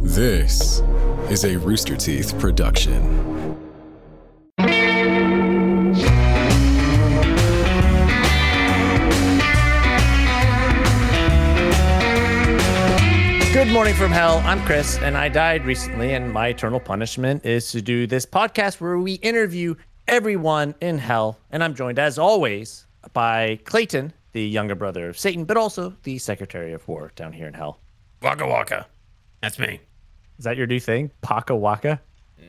This is a Rooster Teeth production. Good morning from hell. I'm Chris, and I died recently, and my eternal punishment is to do this podcast where we interview everyone in hell. And I'm joined, as always, by Clayton, the younger brother of Satan, but also the Secretary of War down here in hell. Waka Waka. That's me. Is that your new thing? Paka Waka?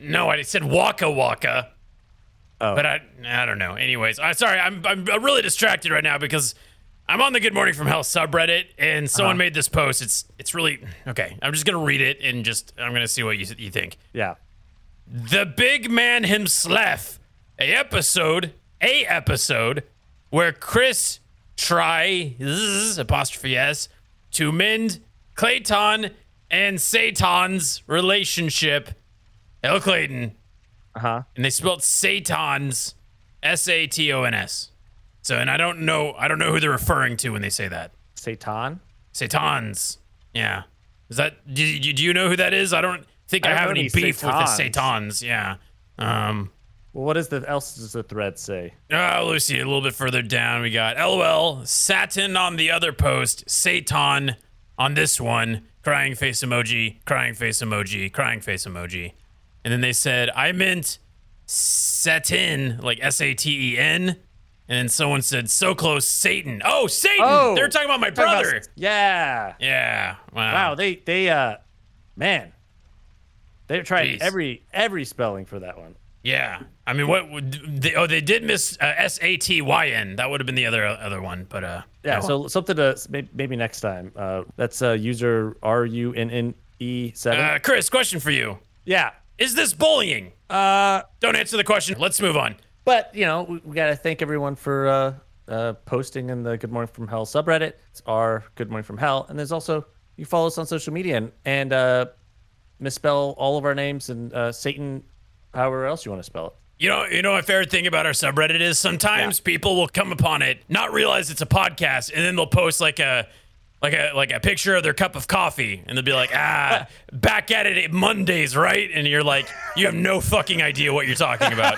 No, I said Waka Waka. But I, I don't know. Anyways, I sorry. I'm, I'm really distracted right now because I'm on the Good Morning from Hell subreddit and someone made this post. It's it's really okay. I'm just gonna read it and just I'm gonna see what you you think. Yeah. The Big Man Himself, a episode, a episode where Chris tries apostrophe s to mend Clayton and Satan's relationship. Hello, Clayton. Uh Uh-huh. And they spelled Satan's, S A T O N S. So, and I don't know, I don't know who they're referring to when they say that. Satan? Satan's. Yeah. Is that do you, do you know who that is? I don't think I I, don't have know any any beef with the Satans. Satans. Yeah. Um. Well, what is the else does the thread say? Uh, let's see. A little bit further down, we got LOL Satin on the other post, Satan on this one, crying face emoji, crying face emoji, crying face emoji, and then they said I meant Satin, like S A T E N, and then someone said so close Satan. Oh, Satan! Oh! They're talking about my Talking about- brother. Yeah. yeah. Wow, they they uh man. They're trying Jeez. every every spelling for that one. Yeah, I mean, what? Would, they, oh, they did miss uh, S A T Y N. That would have been the other other one, but uh, Yeah, no. so something to s- may- maybe next time. Uh, that's uh, user R U N N E seven. uh, Chris, question for you: yeah, Is this bullying? Uh, don't answer the question. Let's move on. but you know we, we got to thank everyone for uh, uh, posting in the Good Morning from Hell subreddit. It's our Good Morning from Hell, and there's also you follow us on social media and, and uh, misspell all of our names and uh, Satan, however else you want to spell it. You know, you know, my favorite thing about our subreddit is sometimes people will come upon it, not realize it's a podcast, and then they'll post like a. Like a like a picture of their cup of coffee, and they'll be like, "Ah, back at it Mondays, right?" And you're like, "You have no fucking idea what you're talking about."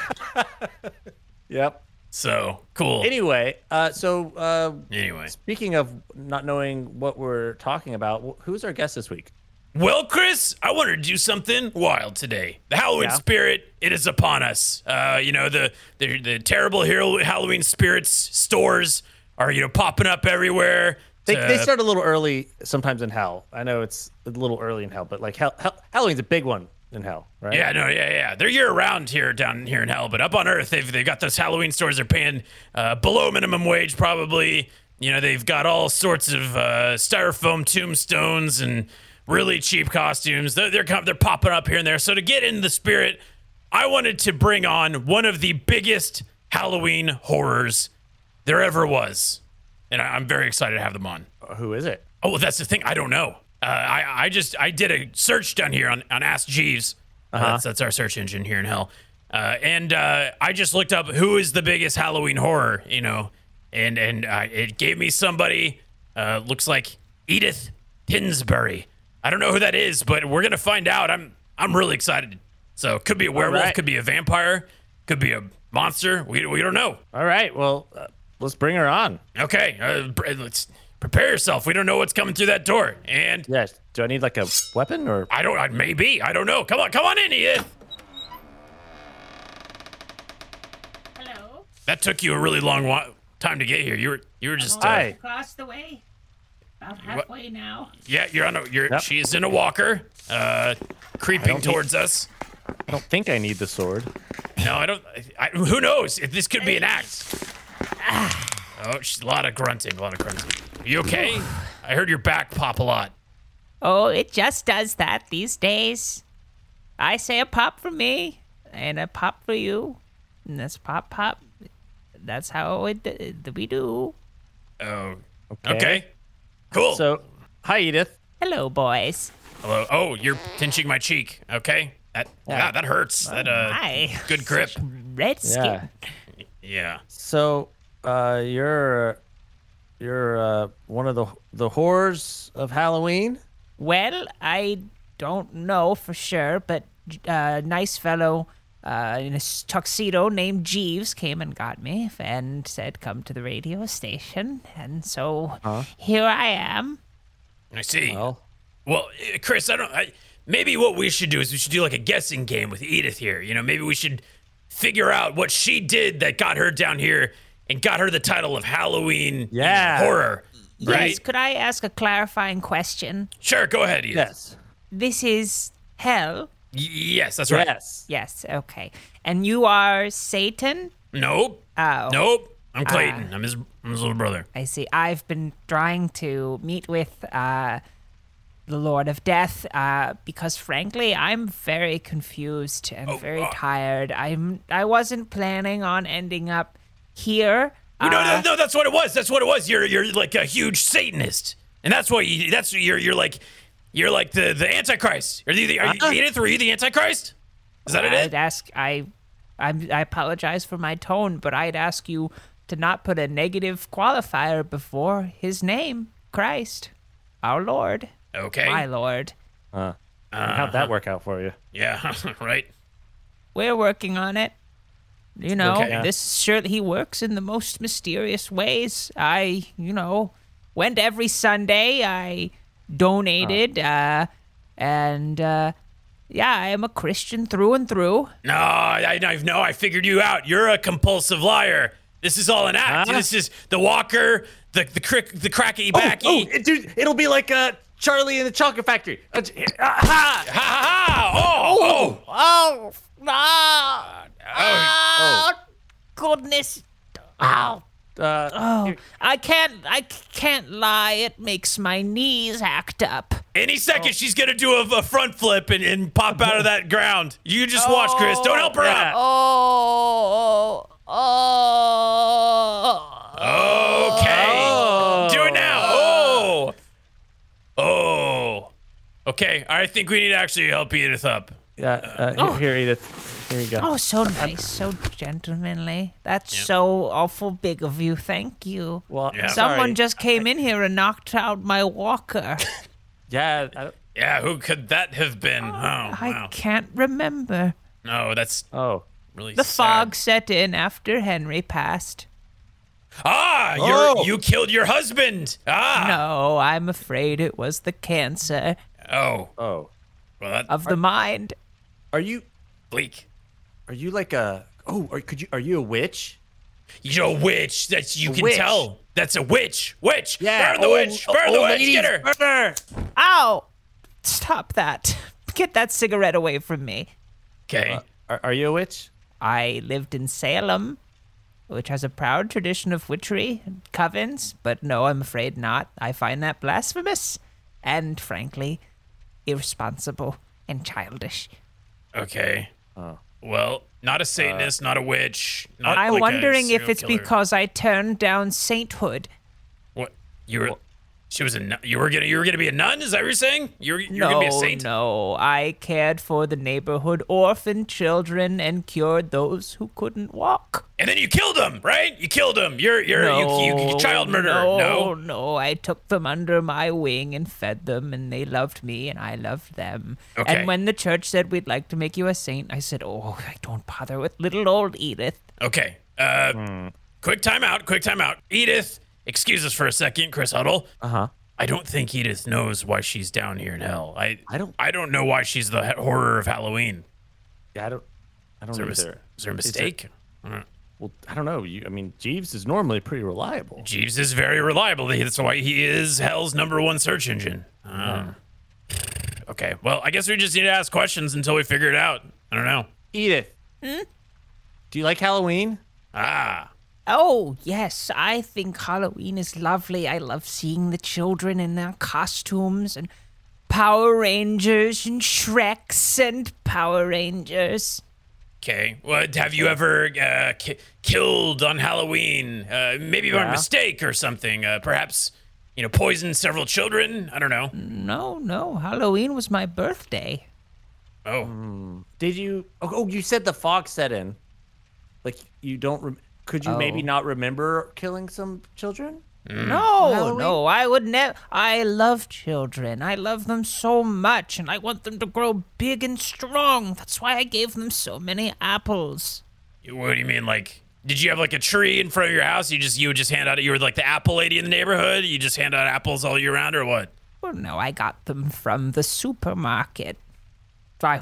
Yep. So cool. Anyway, uh, so uh, Anyway, speaking of not knowing what we're talking about, wh- who's our guest this week? Well, Chris, I wanted to do something wild today. The Halloween Yeah. spirit, it is upon us. Uh, you know, the, the the terrible hero Halloween spirits stores are, you know, popping up everywhere. They, to- they start a little early sometimes in hell. I know it's a little early in hell, but like hell, hell, Halloween's a big one in hell, right? yeah, no, yeah, yeah. They're year round here down here in hell, but up on Earth, they've, they've got those Halloween stores. They're paying uh, below minimum wage, probably. You know, they've got all sorts of uh, styrofoam tombstones and really cheap costumes. They're, they're, com- they're popping up here and there. So, to get in the spirit, I wanted to bring on one of the biggest Halloween horrors there ever was. And I, I'm very excited to have them on. Who is it? Oh, well, that's the thing. I don't know. Uh, I I just I did a search down here on on Ask Jeeves. Uh, that's, that's our search engine here in hell. Uh, and uh, I just looked up who is the biggest Halloween horror, you know, and and uh, it gave me somebody uh, looks like Edith Pinsbury. I don't know who that is, but we're gonna find out. I'm I'm really excited. So could be a werewolf, right. could be a vampire, could be a monster. We we don't know. All right, well, uh, let's bring her on. Okay, uh, pre- let's prepare yourself. We don't know what's coming through that door, and. Yes. Do I need like a weapon or? I don't. I- Maybe. I don't know. Come on. Come on in, Edith. Hello. That took you a really long wa- time to get here. You were. You were just. Uh, Hi. Across the way. About halfway now. Yeah. You're on a. You're. Yep. She is in a walker. Uh, creeping towards us. I don't think I need the sword. No, I don't. I, who knows? If this could be an act. Oh, she's a lot of grunting. A lot of grunting. You okay? I heard your back pop a lot. Oh, it just does that these days. I say a pop for me and a pop for you. And that's pop pop. That's how it d- d- we do. Oh. Okay. Okay. Cool. So, hi Edith. Hello, boys. Hello. Oh, you're pinching my cheek. Okay. That. Yeah. That hurts. that. Uh. Hi. Good grip. Red skin. Yeah. Yeah. So, uh, you're you're uh, one of the the horrors of Halloween. Well, I don't know for sure, but uh, nice fellow uh, in a s- tuxedo named Jeeves came and got me and said, "Come to the radio station." And so here I am. I see. Well, Well, eh, Chris, I don't. I, maybe what we should do is we should do like a guessing game with Edith here. You know, maybe we should figure out what she did that got her down here and got her the title of Halloween Yeah. horror. Right? Yes, could I ask a clarifying question? Sure. Go ahead, Edith. yes. This is hell. Y- yes, that's right. Yes. Yes, okay. And you are Satan? Nope. Oh. Nope. I'm Clayton. I'm his. I'm his little brother. I see. I've been trying to meet with uh, the Lord of Death uh, because, frankly, I'm very confused and very uh. tired. I'm. I wasn't planning on ending up here. Uh, no, no, no. That's what it was. That's what it was. You're you're like a huge Satanist, and that's why you. That's you're you're like, you're like the the Antichrist. Are you the are you, Uh-uh. Edith? Were you the Antichrist? Is that it? I'd ask. I. I'm, I apologize for my tone, but I'd ask you to not put a negative qualifier before His name, Christ, our Lord, Okay. my Lord. How'd that work out for you? Yeah. right. We're working on it. You know, Okay, yeah. this is sure he works in the most mysterious ways. I, you know, went every Sunday. I donated, uh, and uh, yeah, I am a Christian through and through. No, I, I know. I figured you out. You're a compulsive liar. This is all an act. Huh? This is the Walker, the the crick, the cracky backy. Oh, it- dude, it'll be like uh, Charlie in the Chocolate Factory. Uh, j- ah, ha! Ha ha ha! Oh, oh, Oh, ah, oh, goodness. Oh, Uh, oh, I can't, I can't lie. It makes my knees act up. Any Oh. second she's gonna do a, a front flip and, and pop out of that ground. You just watch, Chris. Don't help her yeah. out. Oh, oh. Okay. Do it now. Oh. Oh. Okay. I think we need to actually help Edith up. yeah, uh, Oh. here, here, Edith. Here you go. Oh, so nice, so gentlemanly. That's so awful big of you. Thank you. Well, Yeah. Someone sorry. just came in here and knocked out my walker. Yeah. I don't- Yeah, who could that have been? Oh, wow. I can't remember. No, that's oh. really The sad. fog set in after Henry passed. Ah, Oh. you're, you killed your husband. Ah. No, I'm afraid it was the cancer Oh. Oh. Well, that's of the mind. Are you? bleak. Are you like a? Oh, are, could you? Are you a witch? You're a witch. That's you can witch. tell. That's a witch. Witch. Burn the oh, witch. oh, Burn the oh, witch. ladies, Get her. Burn her. Ow! Stop that. Get that cigarette away from me. Okay. Are, are you a witch? I lived in Salem, which has a proud tradition of witchery and covens, but no, I'm afraid not. I find that blasphemous and, frankly, irresponsible and childish. Okay. Well, not a Satanist, not a witch. Not I'm like a wondering if Uh, serial it's killer. because I turned down sainthood. what you were. She was a. nun- You were gonna. You were gonna be a nun. Is that what you're saying? You're. You're no, gonna be a saint. no, I cared for the neighborhood orphan children and cured those who couldn't walk. And then you killed him, right? You killed him. You're. You're. No, you, you, you child murderer. No, no, I took them under my wing and fed them, and they loved me, and I loved them. Okay. And when the church said we'd like to make you a saint, I said, "Oh, I don't bother with little old Edith." Okay. Uh, Quick timeout. Quick timeout. Edith, excuse us for a second, Chris Huddle. Uh huh. I don't think Edith knows why she's down here in hell. I I don't- I don't know why she's the he- horror of Halloween. Yeah, I don't. I don't Is there, a know mis- either. is there a mistake? Well, I don't know. You, I mean, Jeeves is normally pretty reliable. Jeeves is very reliable. That's why he is hell's number one search engine. Um, Okay. Well, I guess we just need to ask questions until we figure it out. I don't know. Edith. Do you like Halloween? Ah. Oh, yes, I think Halloween is lovely. I love seeing the children in their costumes and Power Rangers and Shreks and Power Rangers. Okay. What have you ever uh, ki- killed on Halloween? Uh, maybe by Yeah. mistake or something. Uh, perhaps you know poisoned several children. I don't know. Mm. No, no, Halloween was my birthday. Oh, Did you? Oh, oh, you said the fog set in. Like you don't. Rem- could you maybe Oh. not remember killing some children? Mm-hmm. No, no, I would never. I love children. I love them so much, and I want them to grow big and strong. That's why I gave them so many apples. What do you mean? Like, did you have like a tree in front of your house? You just you would just hand out. You were like the apple lady in the neighborhood. You just hand out apples all year round, or what? Well, no, I got them from the supermarket. I,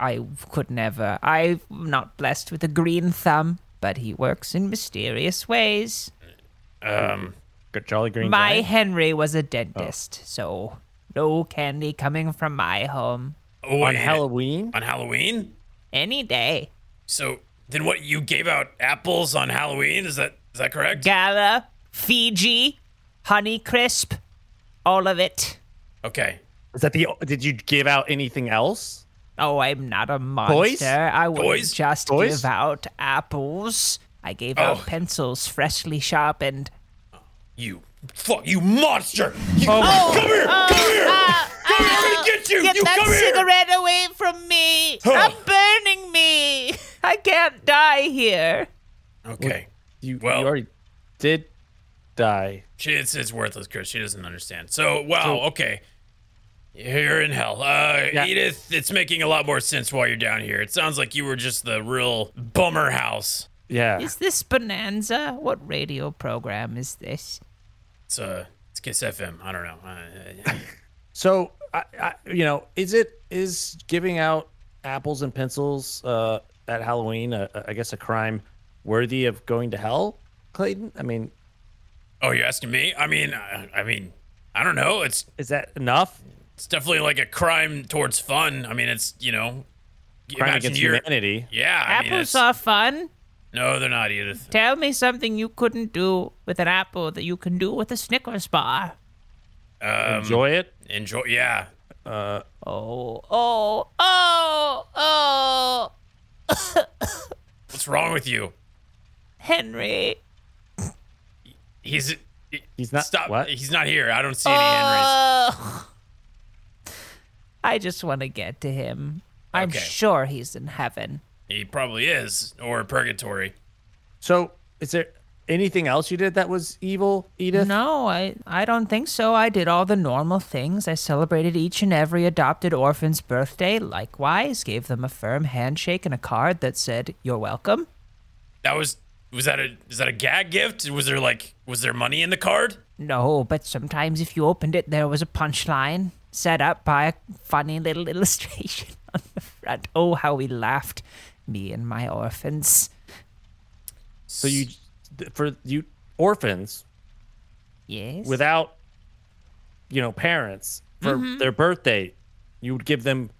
I could never. I'm not blessed with a green thumb, but he works in mysterious ways. Um, Good Jolly Green My Giant. Oh. Henry was a dentist, so no candy coming from my home Oh, on wait, Halloween. On Halloween. any day. So then, what you gave out apples on Halloween? Is that is that correct? Gala, Fiji, Honey Crisp, all of it. okay. Is that the? Did you give out anything else? Oh, I'm not a monster. Toys? I would Toys? just Toys? give out apples. I gave Oh. out pencils freshly sharpened. You fuck you monster! You, Oh come here! come here! uh, come here! I'm gonna get you! Get you that come here! cigarette away from me! I'm burning me! I can't die here. Okay. You, Well- you already did die. She, it's, it's worthless, Chris. She doesn't understand. So, wow, okay. You're in hell. Uh, Edith, it's making a lot more sense while you're down here. It sounds like you were just the real bummer house. Yeah. Is this Bonanza? What radio program is this? It's, uh, it's Kiss FM. I don't know. Uh, So, I, I, you know, is it is giving out apples and pencils uh, at Halloween? Uh, I guess a crime worthy of going to hell, Clayton. I mean, oh, you're asking me? I mean, uh, I, I mean, I don't know. It's is that enough? it's definitely like a crime towards fun. I mean, it's you know, Crime imagine against you're- humanity. Yeah, I mean, Apples it's- are fun. No, they're not, Edith. Tell me something you couldn't do with an apple that you can do with a Snickers bar. um, Enjoy it. Enjoy. Yeah, Oh, oh, oh, oh, what's wrong with you? Henry. He's He's not- Stop. Uh, what? He's not here. I don't see any Henrys. Uh. Ugh. I just want to get to him. I'm Okay. sure he's in heaven. He probably is, or purgatory. So, is there anything else you did that was evil, Edith? No, I, I don't think so. I did all the normal things. I celebrated each and every adopted orphan's birthday. Likewise, gave them a firm handshake and a card that said, You're welcome. That was was that a is that a gag gift? Was there like was there money in the card? No, but sometimes if you opened it, there was a punchline set up by a funny little illustration on the front. Oh, how we laughed, me and my orphans. So you th- for you orphans Yes. without you know parents for Mm-hmm. their birthday, you would give them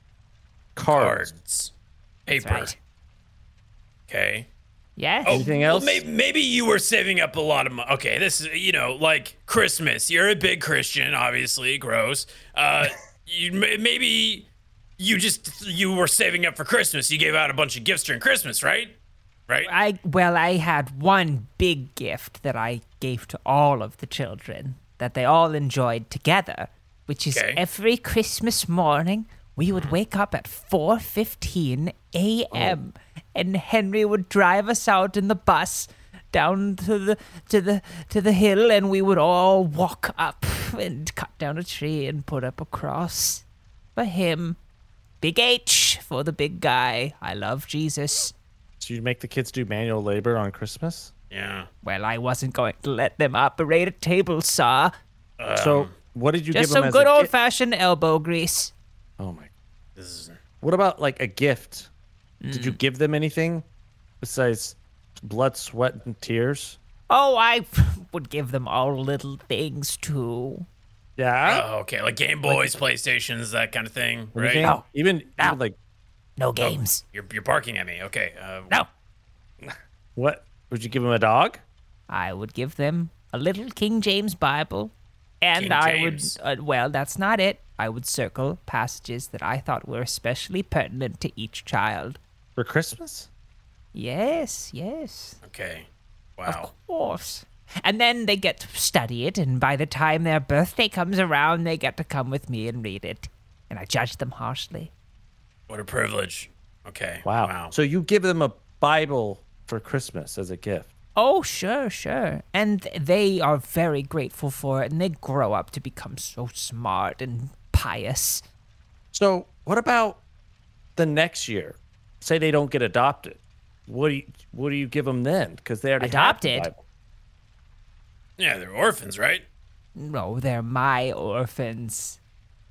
cards. Cards, paper. right. Okay. yes. Anything else? Well, maybe, maybe you were saving up a lot of money. Okay, this is you know like Christmas. You're a big Christian, obviously. Gross. Uh, you may- maybe you just you were saving up for Christmas. You gave out a bunch of gifts during Christmas, right? Right. I well, I had one big gift that I gave to all of the children that they all enjoyed together, which is Okay. every Christmas morning we would wake up at 4:15 a.m. and Henry would drive us out in the bus down to the to the to the hill and we would all walk up and cut down a tree and put up a cross for him. Big H for the big guy. I love Jesus. So you'd make the kids do manual labor on Christmas. yeah. Well, I wasn't going to let them operate a table saw. so what did you Just give them some as good a old gi- fashioned elbow grease. Oh my! This is What about like a gift? Did Mm. you give them anything besides blood, sweat, and tears? Oh, I would give them all little things too. Yeah. Oh, okay, like Game Boys, PlayStations, that kind of thing, right? Anything? No. Even, No. like No games. You're, you're barking at me. Okay. Uh, No. what? Would you give them a dog? I would give them a little King James Bible. And King I James. would, uh, well, that's not it. I would circle passages that I thought were especially pertinent to each child. For Christmas? Yes, yes. Okay. Wow. course. And then they get to study it, and by the time their birthday comes around, they get to come with me and read it. And I judge them harshly. What a privilege. Okay. Wow. Wow. So you give them a Bible for Christmas as a gift. Oh, sure, sure. And th- they are very grateful for it, and they grow up to become so smart and pious. So, what about the next year? Say they don't get adopted. What do you what do you give them then? Because they already have the Adopted? Bible. Yeah, they're orphans, right? No, they're my orphans.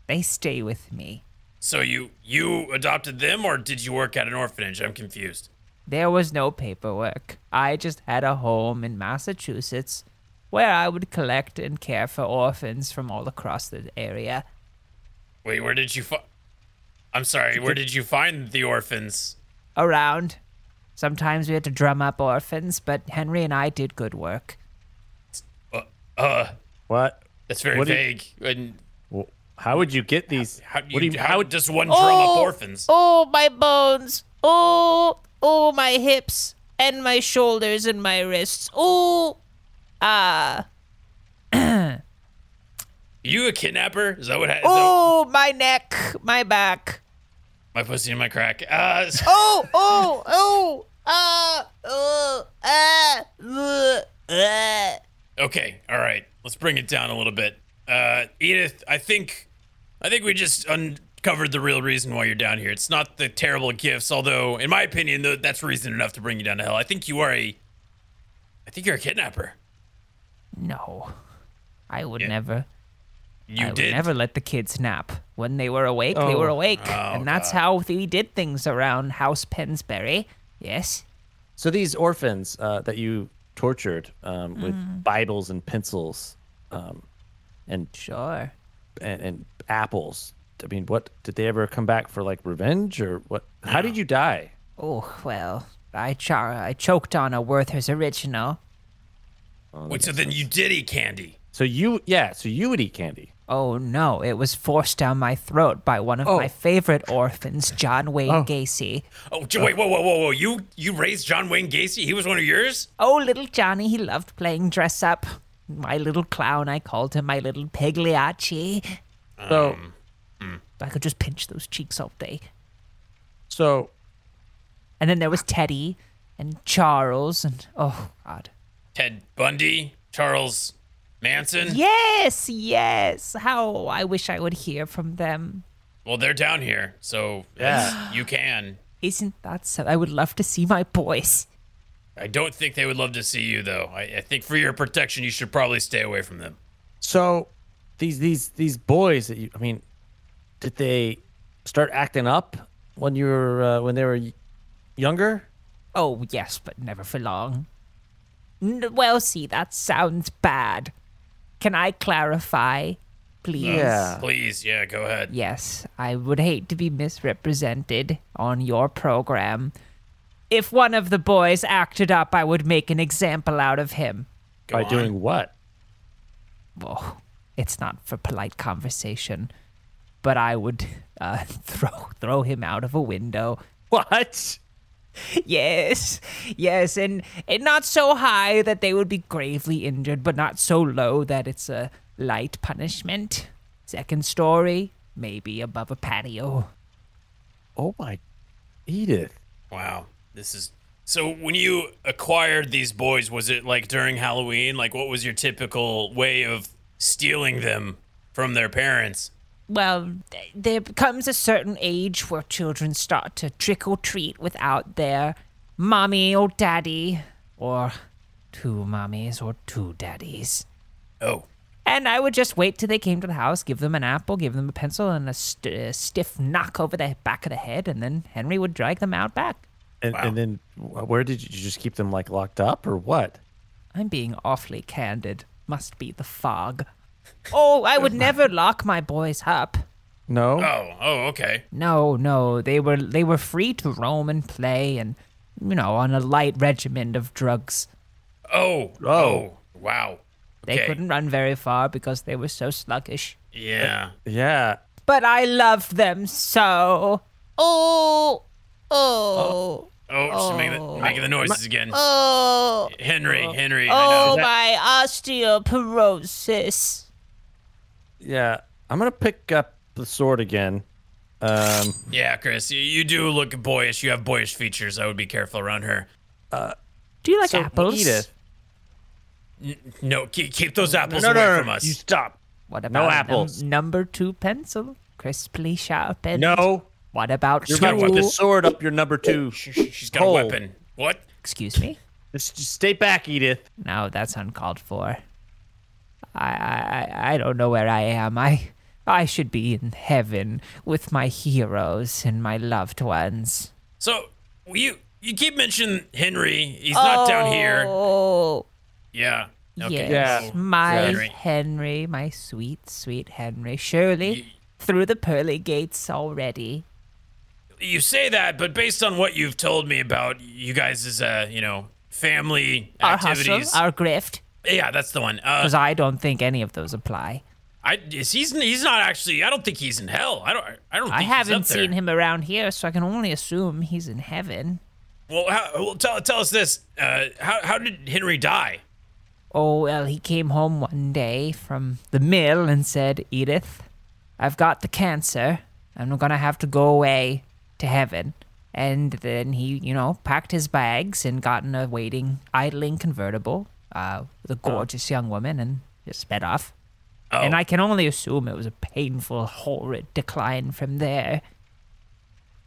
They stay with me. So you you adopted them, or did you work at an orphanage? I'm confused. There was no paperwork. I just had a home in Massachusetts where I would collect and care for orphans from all across the area. Wait, where did you find? I'm sorry, where did you find the orphans? Around. Sometimes we had to drum up orphans, but Henry and I did good work. Uh, What? that's very What do you- vague. and Well, how would you get these? how do you, what do you, how, would does one drum up orphans? Oh, my bones. Oh, oh, my hips and my shoulders and my wrists. Oh, ah. You a kidnapper? Is that what? Ha- is that oh, my neck, my back. my pussy in my crack. Uh, s- Oh, oh, oh, ah, oh, ah, ugh, ah. Okay, all right. Let's bring it down a little bit. Uh, Edith, I think, I think we just uncovered the real reason why you're down here. It's not the terrible gifts, although, in my opinion, tho- that's reason enough to bring you down to hell. I think you are a, I think you're a kidnapper. No, I would Yeah, never. You I did. would never let the kids nap. When they were awake, they were Oh. awake, Oh, and that's how we did things around House Pensbury. Yes. So these orphans uh, that you tortured um, with Bibles and pencils, um, and, Sure. and and apples. I mean, what did they ever come back for? Like revenge or what? How did you die? Oh well, I char- I choked on a Werther's original. Wait, so then you did eat candy. So you, yeah. So you would eat candy. Oh no, it was forced down my throat by one of Oh. my favorite orphans, John Wayne Gacy. Oh, j- wait, whoa, whoa, whoa, whoa! You you raised John Wayne Gacy? He was one of yours? Oh, little Johnny, he loved playing dress up. My little clown, I called him my little Pagliacci. So Um, I could just pinch those cheeks all day. so And then there was Teddy and Charles and oh god. Ted Bundy, Charles Manson. Yes, yes. How I wish I would hear from them. Well, they're down here, so Yeah. you can. Isn't that so? I would love to see my boys. I don't think they would love to see you, though. I, I think for your protection, you should probably stay away from them. So these these these boys that you I mean, did they start acting up when you were uh, when they were y- younger? Oh, yes, but never for long. N- well, see, that sounds bad. Can I clarify, please? Please, yeah, go ahead. Yes, I would hate to be misrepresented on your program. If one of the boys acted up, I would make an example out of him. By on. doing what? Oh, it's not for polite conversation, but I would uh, throw throw him out of a window. What? Yes, yes, and, and not so high that they would be gravely injured, but not so low that it's a light punishment. Second story, maybe above a patio. Oh my, Edith. Wow, this is so. When you acquired these boys, was it like during Halloween? Like, what was your typical way of stealing them from their parents? Well, th- there becomes a certain age where children start to trick or treat without their mommy or daddy, or two mommies or two daddies. Oh, And I would just wait till they came to the house, give them an apple, give them a pencil, and a st- uh, stiff knock over the back of the head, and then Henry would drag them out back. And and then wh- where did you, you just keep them like locked up or what? I'm being awfully candid. Must be the fog. Oh, I would never lock my boys up. No. oh, oh, okay. No, no, they were they were free to roam and play, and you know, on a light regimen of drugs. Oh, oh, wow. They Okay. couldn't run very far because they were so sluggish. Yeah. Yeah. But I loved them so. Oh, oh. Oh, she's making the, making the noises again. Oh, Henry, Henry. I oh know. my osteoporosis. Yeah. I'm gonna pick up the sword again. Um. Yeah, Chris, you, you do look boyish. You have boyish features. I would be careful around her. Do you like so apples? Edith. No, keep, keep those apples No, away no, no, from us. you stop. What about num- apples. number two pencil, crisply sharpened. No, What about you're about to two- put the sword up your number two. She's got Oh. a weapon. What? Excuse me. Just, just stay back, Edith. No, that's uncalled for. I, I, I- I don't know where I am. I, I should be in heaven with my heroes and my loved ones. So you you keep mentioning Henry. He's not down here. Oh, Yeah. Okay. yes, Yeah. my Henry. Henry. my sweet, sweet Henry. Surely through the pearly gates already. You say that, but based on what you've told me about you guys' uh, you know, family Our hustle, activities. our grift. yeah, that's the one. Uh, Because I don't think any of those apply. I is he's he's not actually. I don't think he's in hell. I don't. I don't. Think I he's up haven't there. seen him around here, so I can only assume he's in heaven. Well, how, well tell tell us this. Uh, how how did Henry die? Oh, well, he came home one day from the mill and said, Edith, I've got the cancer. and I'm going to have to go away to heaven. And then he, you know, packed his bags and got in a waiting, idling convertible uh, with a gorgeous young woman and just sped off. Oh, And I can only assume it was a painful, horrid decline from there.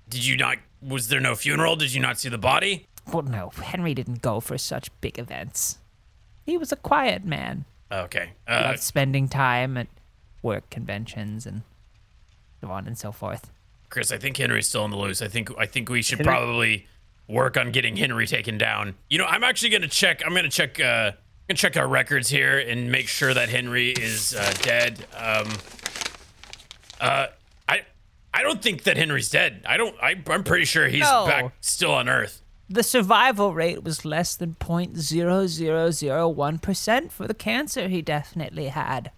did you not? Was there no funeral? Did you not see the body? Well, no, Henry didn't go for such big events. He was a quiet man. Okay. Uh, loved spending time at work conventions and so on and so forth. Chris, I think Henry's still on the loose. I think I think we should probably work on getting Henry taken down. You know, I'm actually gonna check. I'm gonna check. Uh, I'm gonna check our records here and make sure that Henry is uh, dead. Um, uh, I I don't think that Henry's dead. I don't. I, I'm pretty sure he's No. back still on Earth. The survival rate was less than 0.0001% for the cancer he definitely had.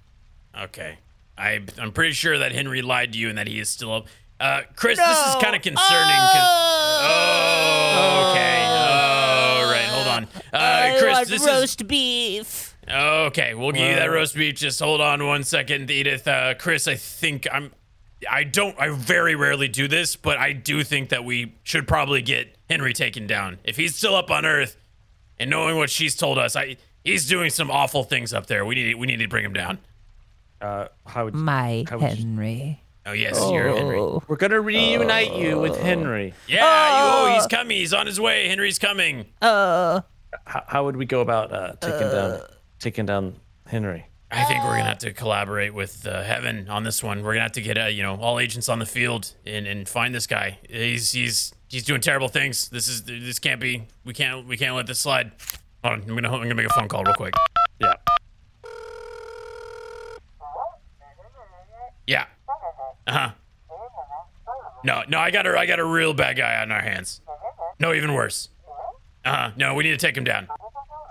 Okay. I I'm pretty sure that Henry lied to you and that he is still up. Uh, Chris, this is kind of concerning. 'cause- Oh, okay. All right, hold on. Oh, Uh, Chris, this is beef. Okay, we'll give you that roast beef. Just hold on one second, Edith. Uh, Chris, I think I'm. I don't. I very rarely do this, but I do think that we should probably get Henry taken down if he's still up on Earth. And knowing what she's told us, I he's doing some awful things up there. We need we need to bring him down. Uh, how would My How would you- Henry. Oh yes, you're Henry. Oh, We're gonna reunite you with Henry. Yeah, you, oh, he's coming. He's on his way. Henry's coming. How, how would we go about uh, taking down taking down Henry? I think we're gonna have to collaborate with uh, Heaven on this one. We're gonna have to get uh, you know all agents on the field and, and find this guy. He's he's he's doing terrible things. This is this can't be. We can't we can't let this slide. Hold on, I'm gonna I'm gonna make a phone call real quick. Yeah. Yeah. Uh huh. No no I got a I got a real bad guy on our hands. No even worse. Uh huh. No we need to take him down.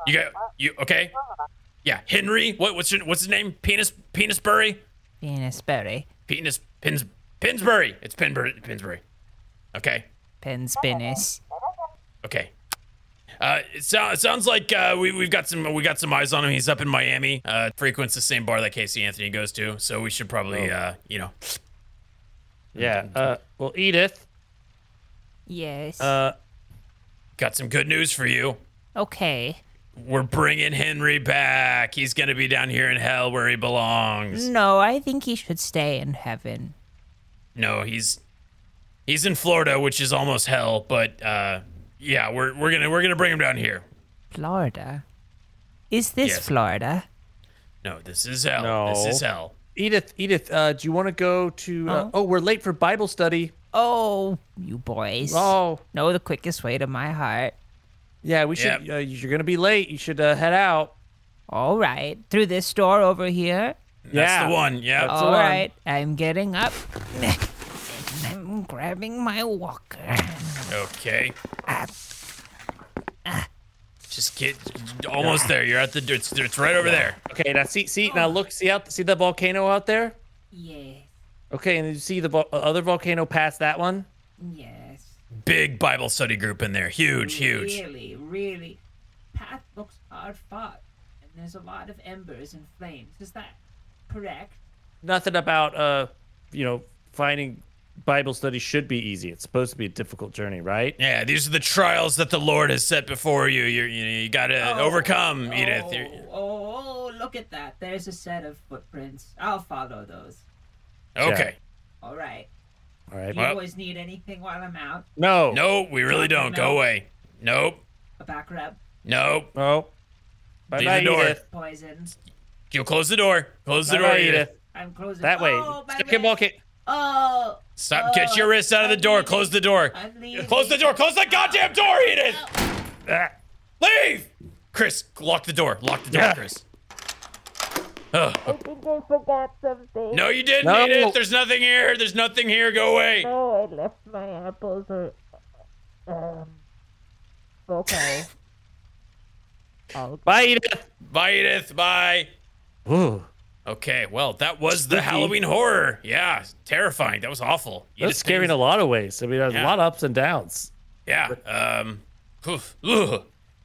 You got you okay? Yeah Henry. What what's your, what's his name? Penis Penisbury. Venus Berry. Penis Pins Pinsbury. It's Pinbury Pinsbury. Okay. Pins Penis. Okay. Uh, it, so- it sounds like uh, we we've got some we got some eyes on him. He's up in Miami. Uh, frequents the same bar that Casey Anthony goes to, so we should probably Oh. uh, you know. Yeah. Uh, well, Edith, Yes. uh, Got some good news for you. okay. We're bringing Henry back. He's gonna be down here in hell where he belongs. No, I think he should stay in heaven. No, he's he's in Florida, which is almost hell. But uh, yeah, we're we're gonna we're gonna bring him down here. Florida? Is this Yes. Florida? No, this is hell. No. This is hell. Edith, Edith, uh, do you want to go to? Uh, oh, we're late for Bible study. Oh, you boys. Oh, Know the quickest way to my heart. yeah. We should. Yeah. Uh, you're gonna be late. You should uh, head out. All right. Through this door over here. That's yeah. the one. Yeah. All right. I'm getting up. I'm grabbing my walker. Okay. Just get almost there. You're at the. It's, it's right over there. Okay. Now see, see, now look, see out, see the volcano out there. Yes, Okay, and you see the vo- uh, other volcano past that one. yes. Big Bible study group in there. Huge, huge. Really, really. Path looks hard fought, and there's a lot of embers and flames. Is that correct? Nothing about uh, you know, finding Bible study should be easy. It's supposed to be a difficult journey, right? Yeah, these are the trials that the Lord has set before you. You're, you know, you gotta overcome, Edith. Mm, You're, Oh, oh, oh, look at that. There's a set of footprints. I'll follow those. okay. All right. All right. You Well- always need anything while I'm out. No. No, we really don't. Go away. Nope. A back rub, Nope. No. Bye Leave bye, the door. Edith. poison. You close the door. Close the Bye door, bye, Edith. Edith. I'm closing. That way. Oh, my Stick and leg. walk it. Oh. Stop. oh, Get your wrist out of the I'm door. leaving. Close the door. I'm leaving. Close the door. Close that goddamn door, Edith. Ah. Leave. Chris, lock the door. Lock the door, Yeah. Chris. Ugh. think I forgot something. No, you didn't, No. Edith. There's nothing here. There's nothing here. Go away. Oh, I left my apples or um. Okay. Bye, Edith. Bye, Edith. Bye. Ooh. Okay, well, that was the Spooky. Halloween horror. Yeah, terrifying. That was awful. That's Edith scary in a Haynes- lot of ways. I mean, there's Yeah. a lot of ups and downs. Yeah. Um. oof, ugh. I feel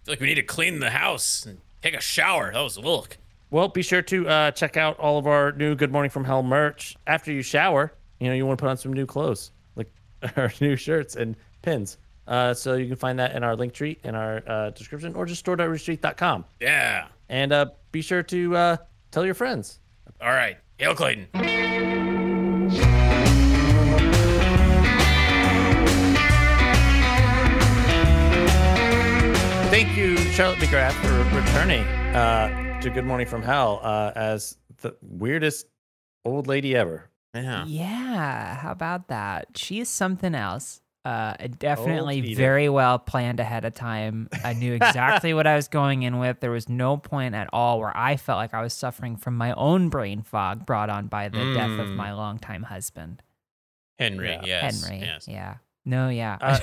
like we need to clean the house and take a shower. That was look. Well, be sure to uh, check out all of our new Good Morning from Hell merch. After you shower, you know, you want to put on some new clothes, like our new shirts and pins. Uh, so you can find that in our link tree in our uh, description or just store.roosterteeth.com. Yeah. And uh, be sure to uh, tell your friends. All right. Hail Clayton. Thank you, Charlotte McGrath, for returning uh, to Good Morning from Hell uh, as the weirdest old lady ever. Yeah. Yeah, how about that? She is something else. Uh, I definitely Edith. very well planned ahead of time. I knew exactly what I was going in with. There was no point at all where I felt like I was suffering from my own brain fog brought on by the death of Mm. my longtime husband, Henry. Yeah. Yes. Henry. Yes. Yeah. No, yeah.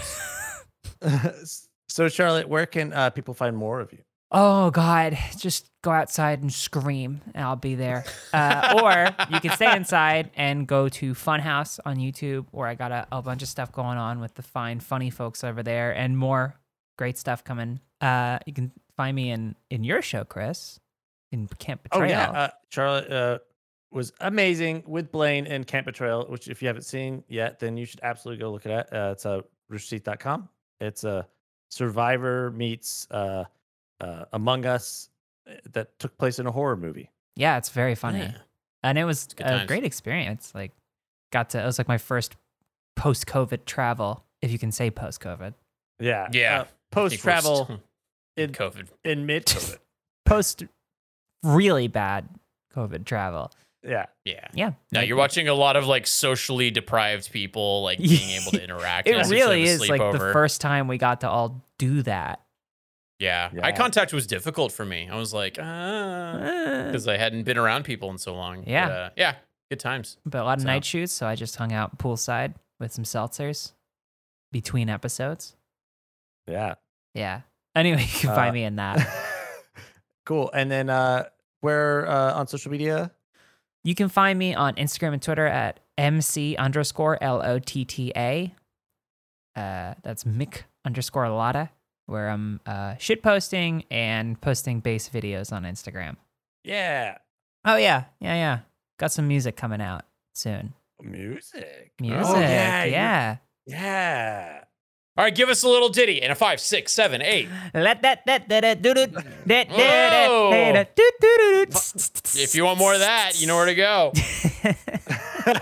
Uh, so, Charlotte, where can uh, people find more of you? oh god just go outside and scream and i'll be there uh, or you can stay inside and go to funhouse on youtube where i got a, a bunch of stuff going on with the fine funny folks over there and more great stuff coming uh, you can find me in in your show chris in camp Oh, betrayal uh, Charlotte uh, was amazing with Blaine and Camp Betrayal, which if you haven't seen yet, then you should absolutely go look it at. Uh, it's uh, roosterteeth.com. It's a Survivor meets uh, uh, Among Us uh, that took place in a horror movie. yeah it's very funny Yeah. and it was good a times. great experience like got to it was like my first post-covid travel if you can say post-covid Yeah, uh, Yeah. I think Post travel in COVID. in mid. post really bad COVID travel. yeah, Yeah. Yeah. No, like, you're watching a lot of like socially deprived people like being able to interact. It and some sort really of is like the sleepover. first time we got to all do that. Yeah. Yeah. Eye contact was difficult for me. I was like, ah, Uh, because I hadn't been around people in so long. Yeah. But, uh, yeah. Good times. But a lot of So- night shoots, so I just hung out poolside with some seltzers between episodes. yeah. Yeah. Anyway, you can find Uh, me in that. cool. And then uh, where uh, on social media? You can find me on Instagram and Twitter at MC underscore L O T T A. Uh, that's Mick underscore Lotta, where I'm uh, shit posting and posting bass videos on Instagram. Yeah, Oh yeah, yeah, yeah. Got some music coming out soon. music. Music, Oh, yeah, yeah. you- Yeah. All right. Give us a little ditty in a five, six, seven, eight. Let that that that that doo doo that Whoa. that doo doo doo. If you want more of that, you know where to go.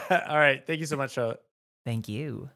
All right. Thank you so much, Charlotte. Thank you.